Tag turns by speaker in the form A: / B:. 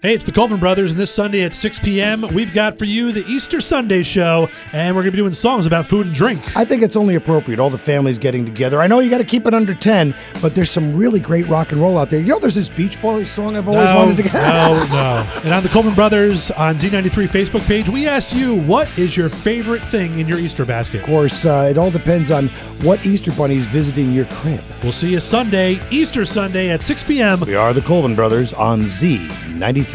A: Hey, it's the Colvin Brothers, and this Sunday at 6 p.m., we've got for you the Easter Sunday show, and we're going to be doing songs about food and drink.
B: I think it's only appropriate, all the families getting together. I know you got to keep it under 10, but there's some really great rock and roll out there. You know, there's this Beach Boys song I've always wanted to get.
A: no, no. And on the Colvin Brothers on Z93 Facebook page, we asked you, what is your favorite thing in your Easter basket?
B: Of course, uh, it all depends on what Easter Bunny is visiting your crib.
A: We'll see you Sunday, Easter Sunday at 6 p.m.
B: We are the Colvin Brothers on Z93.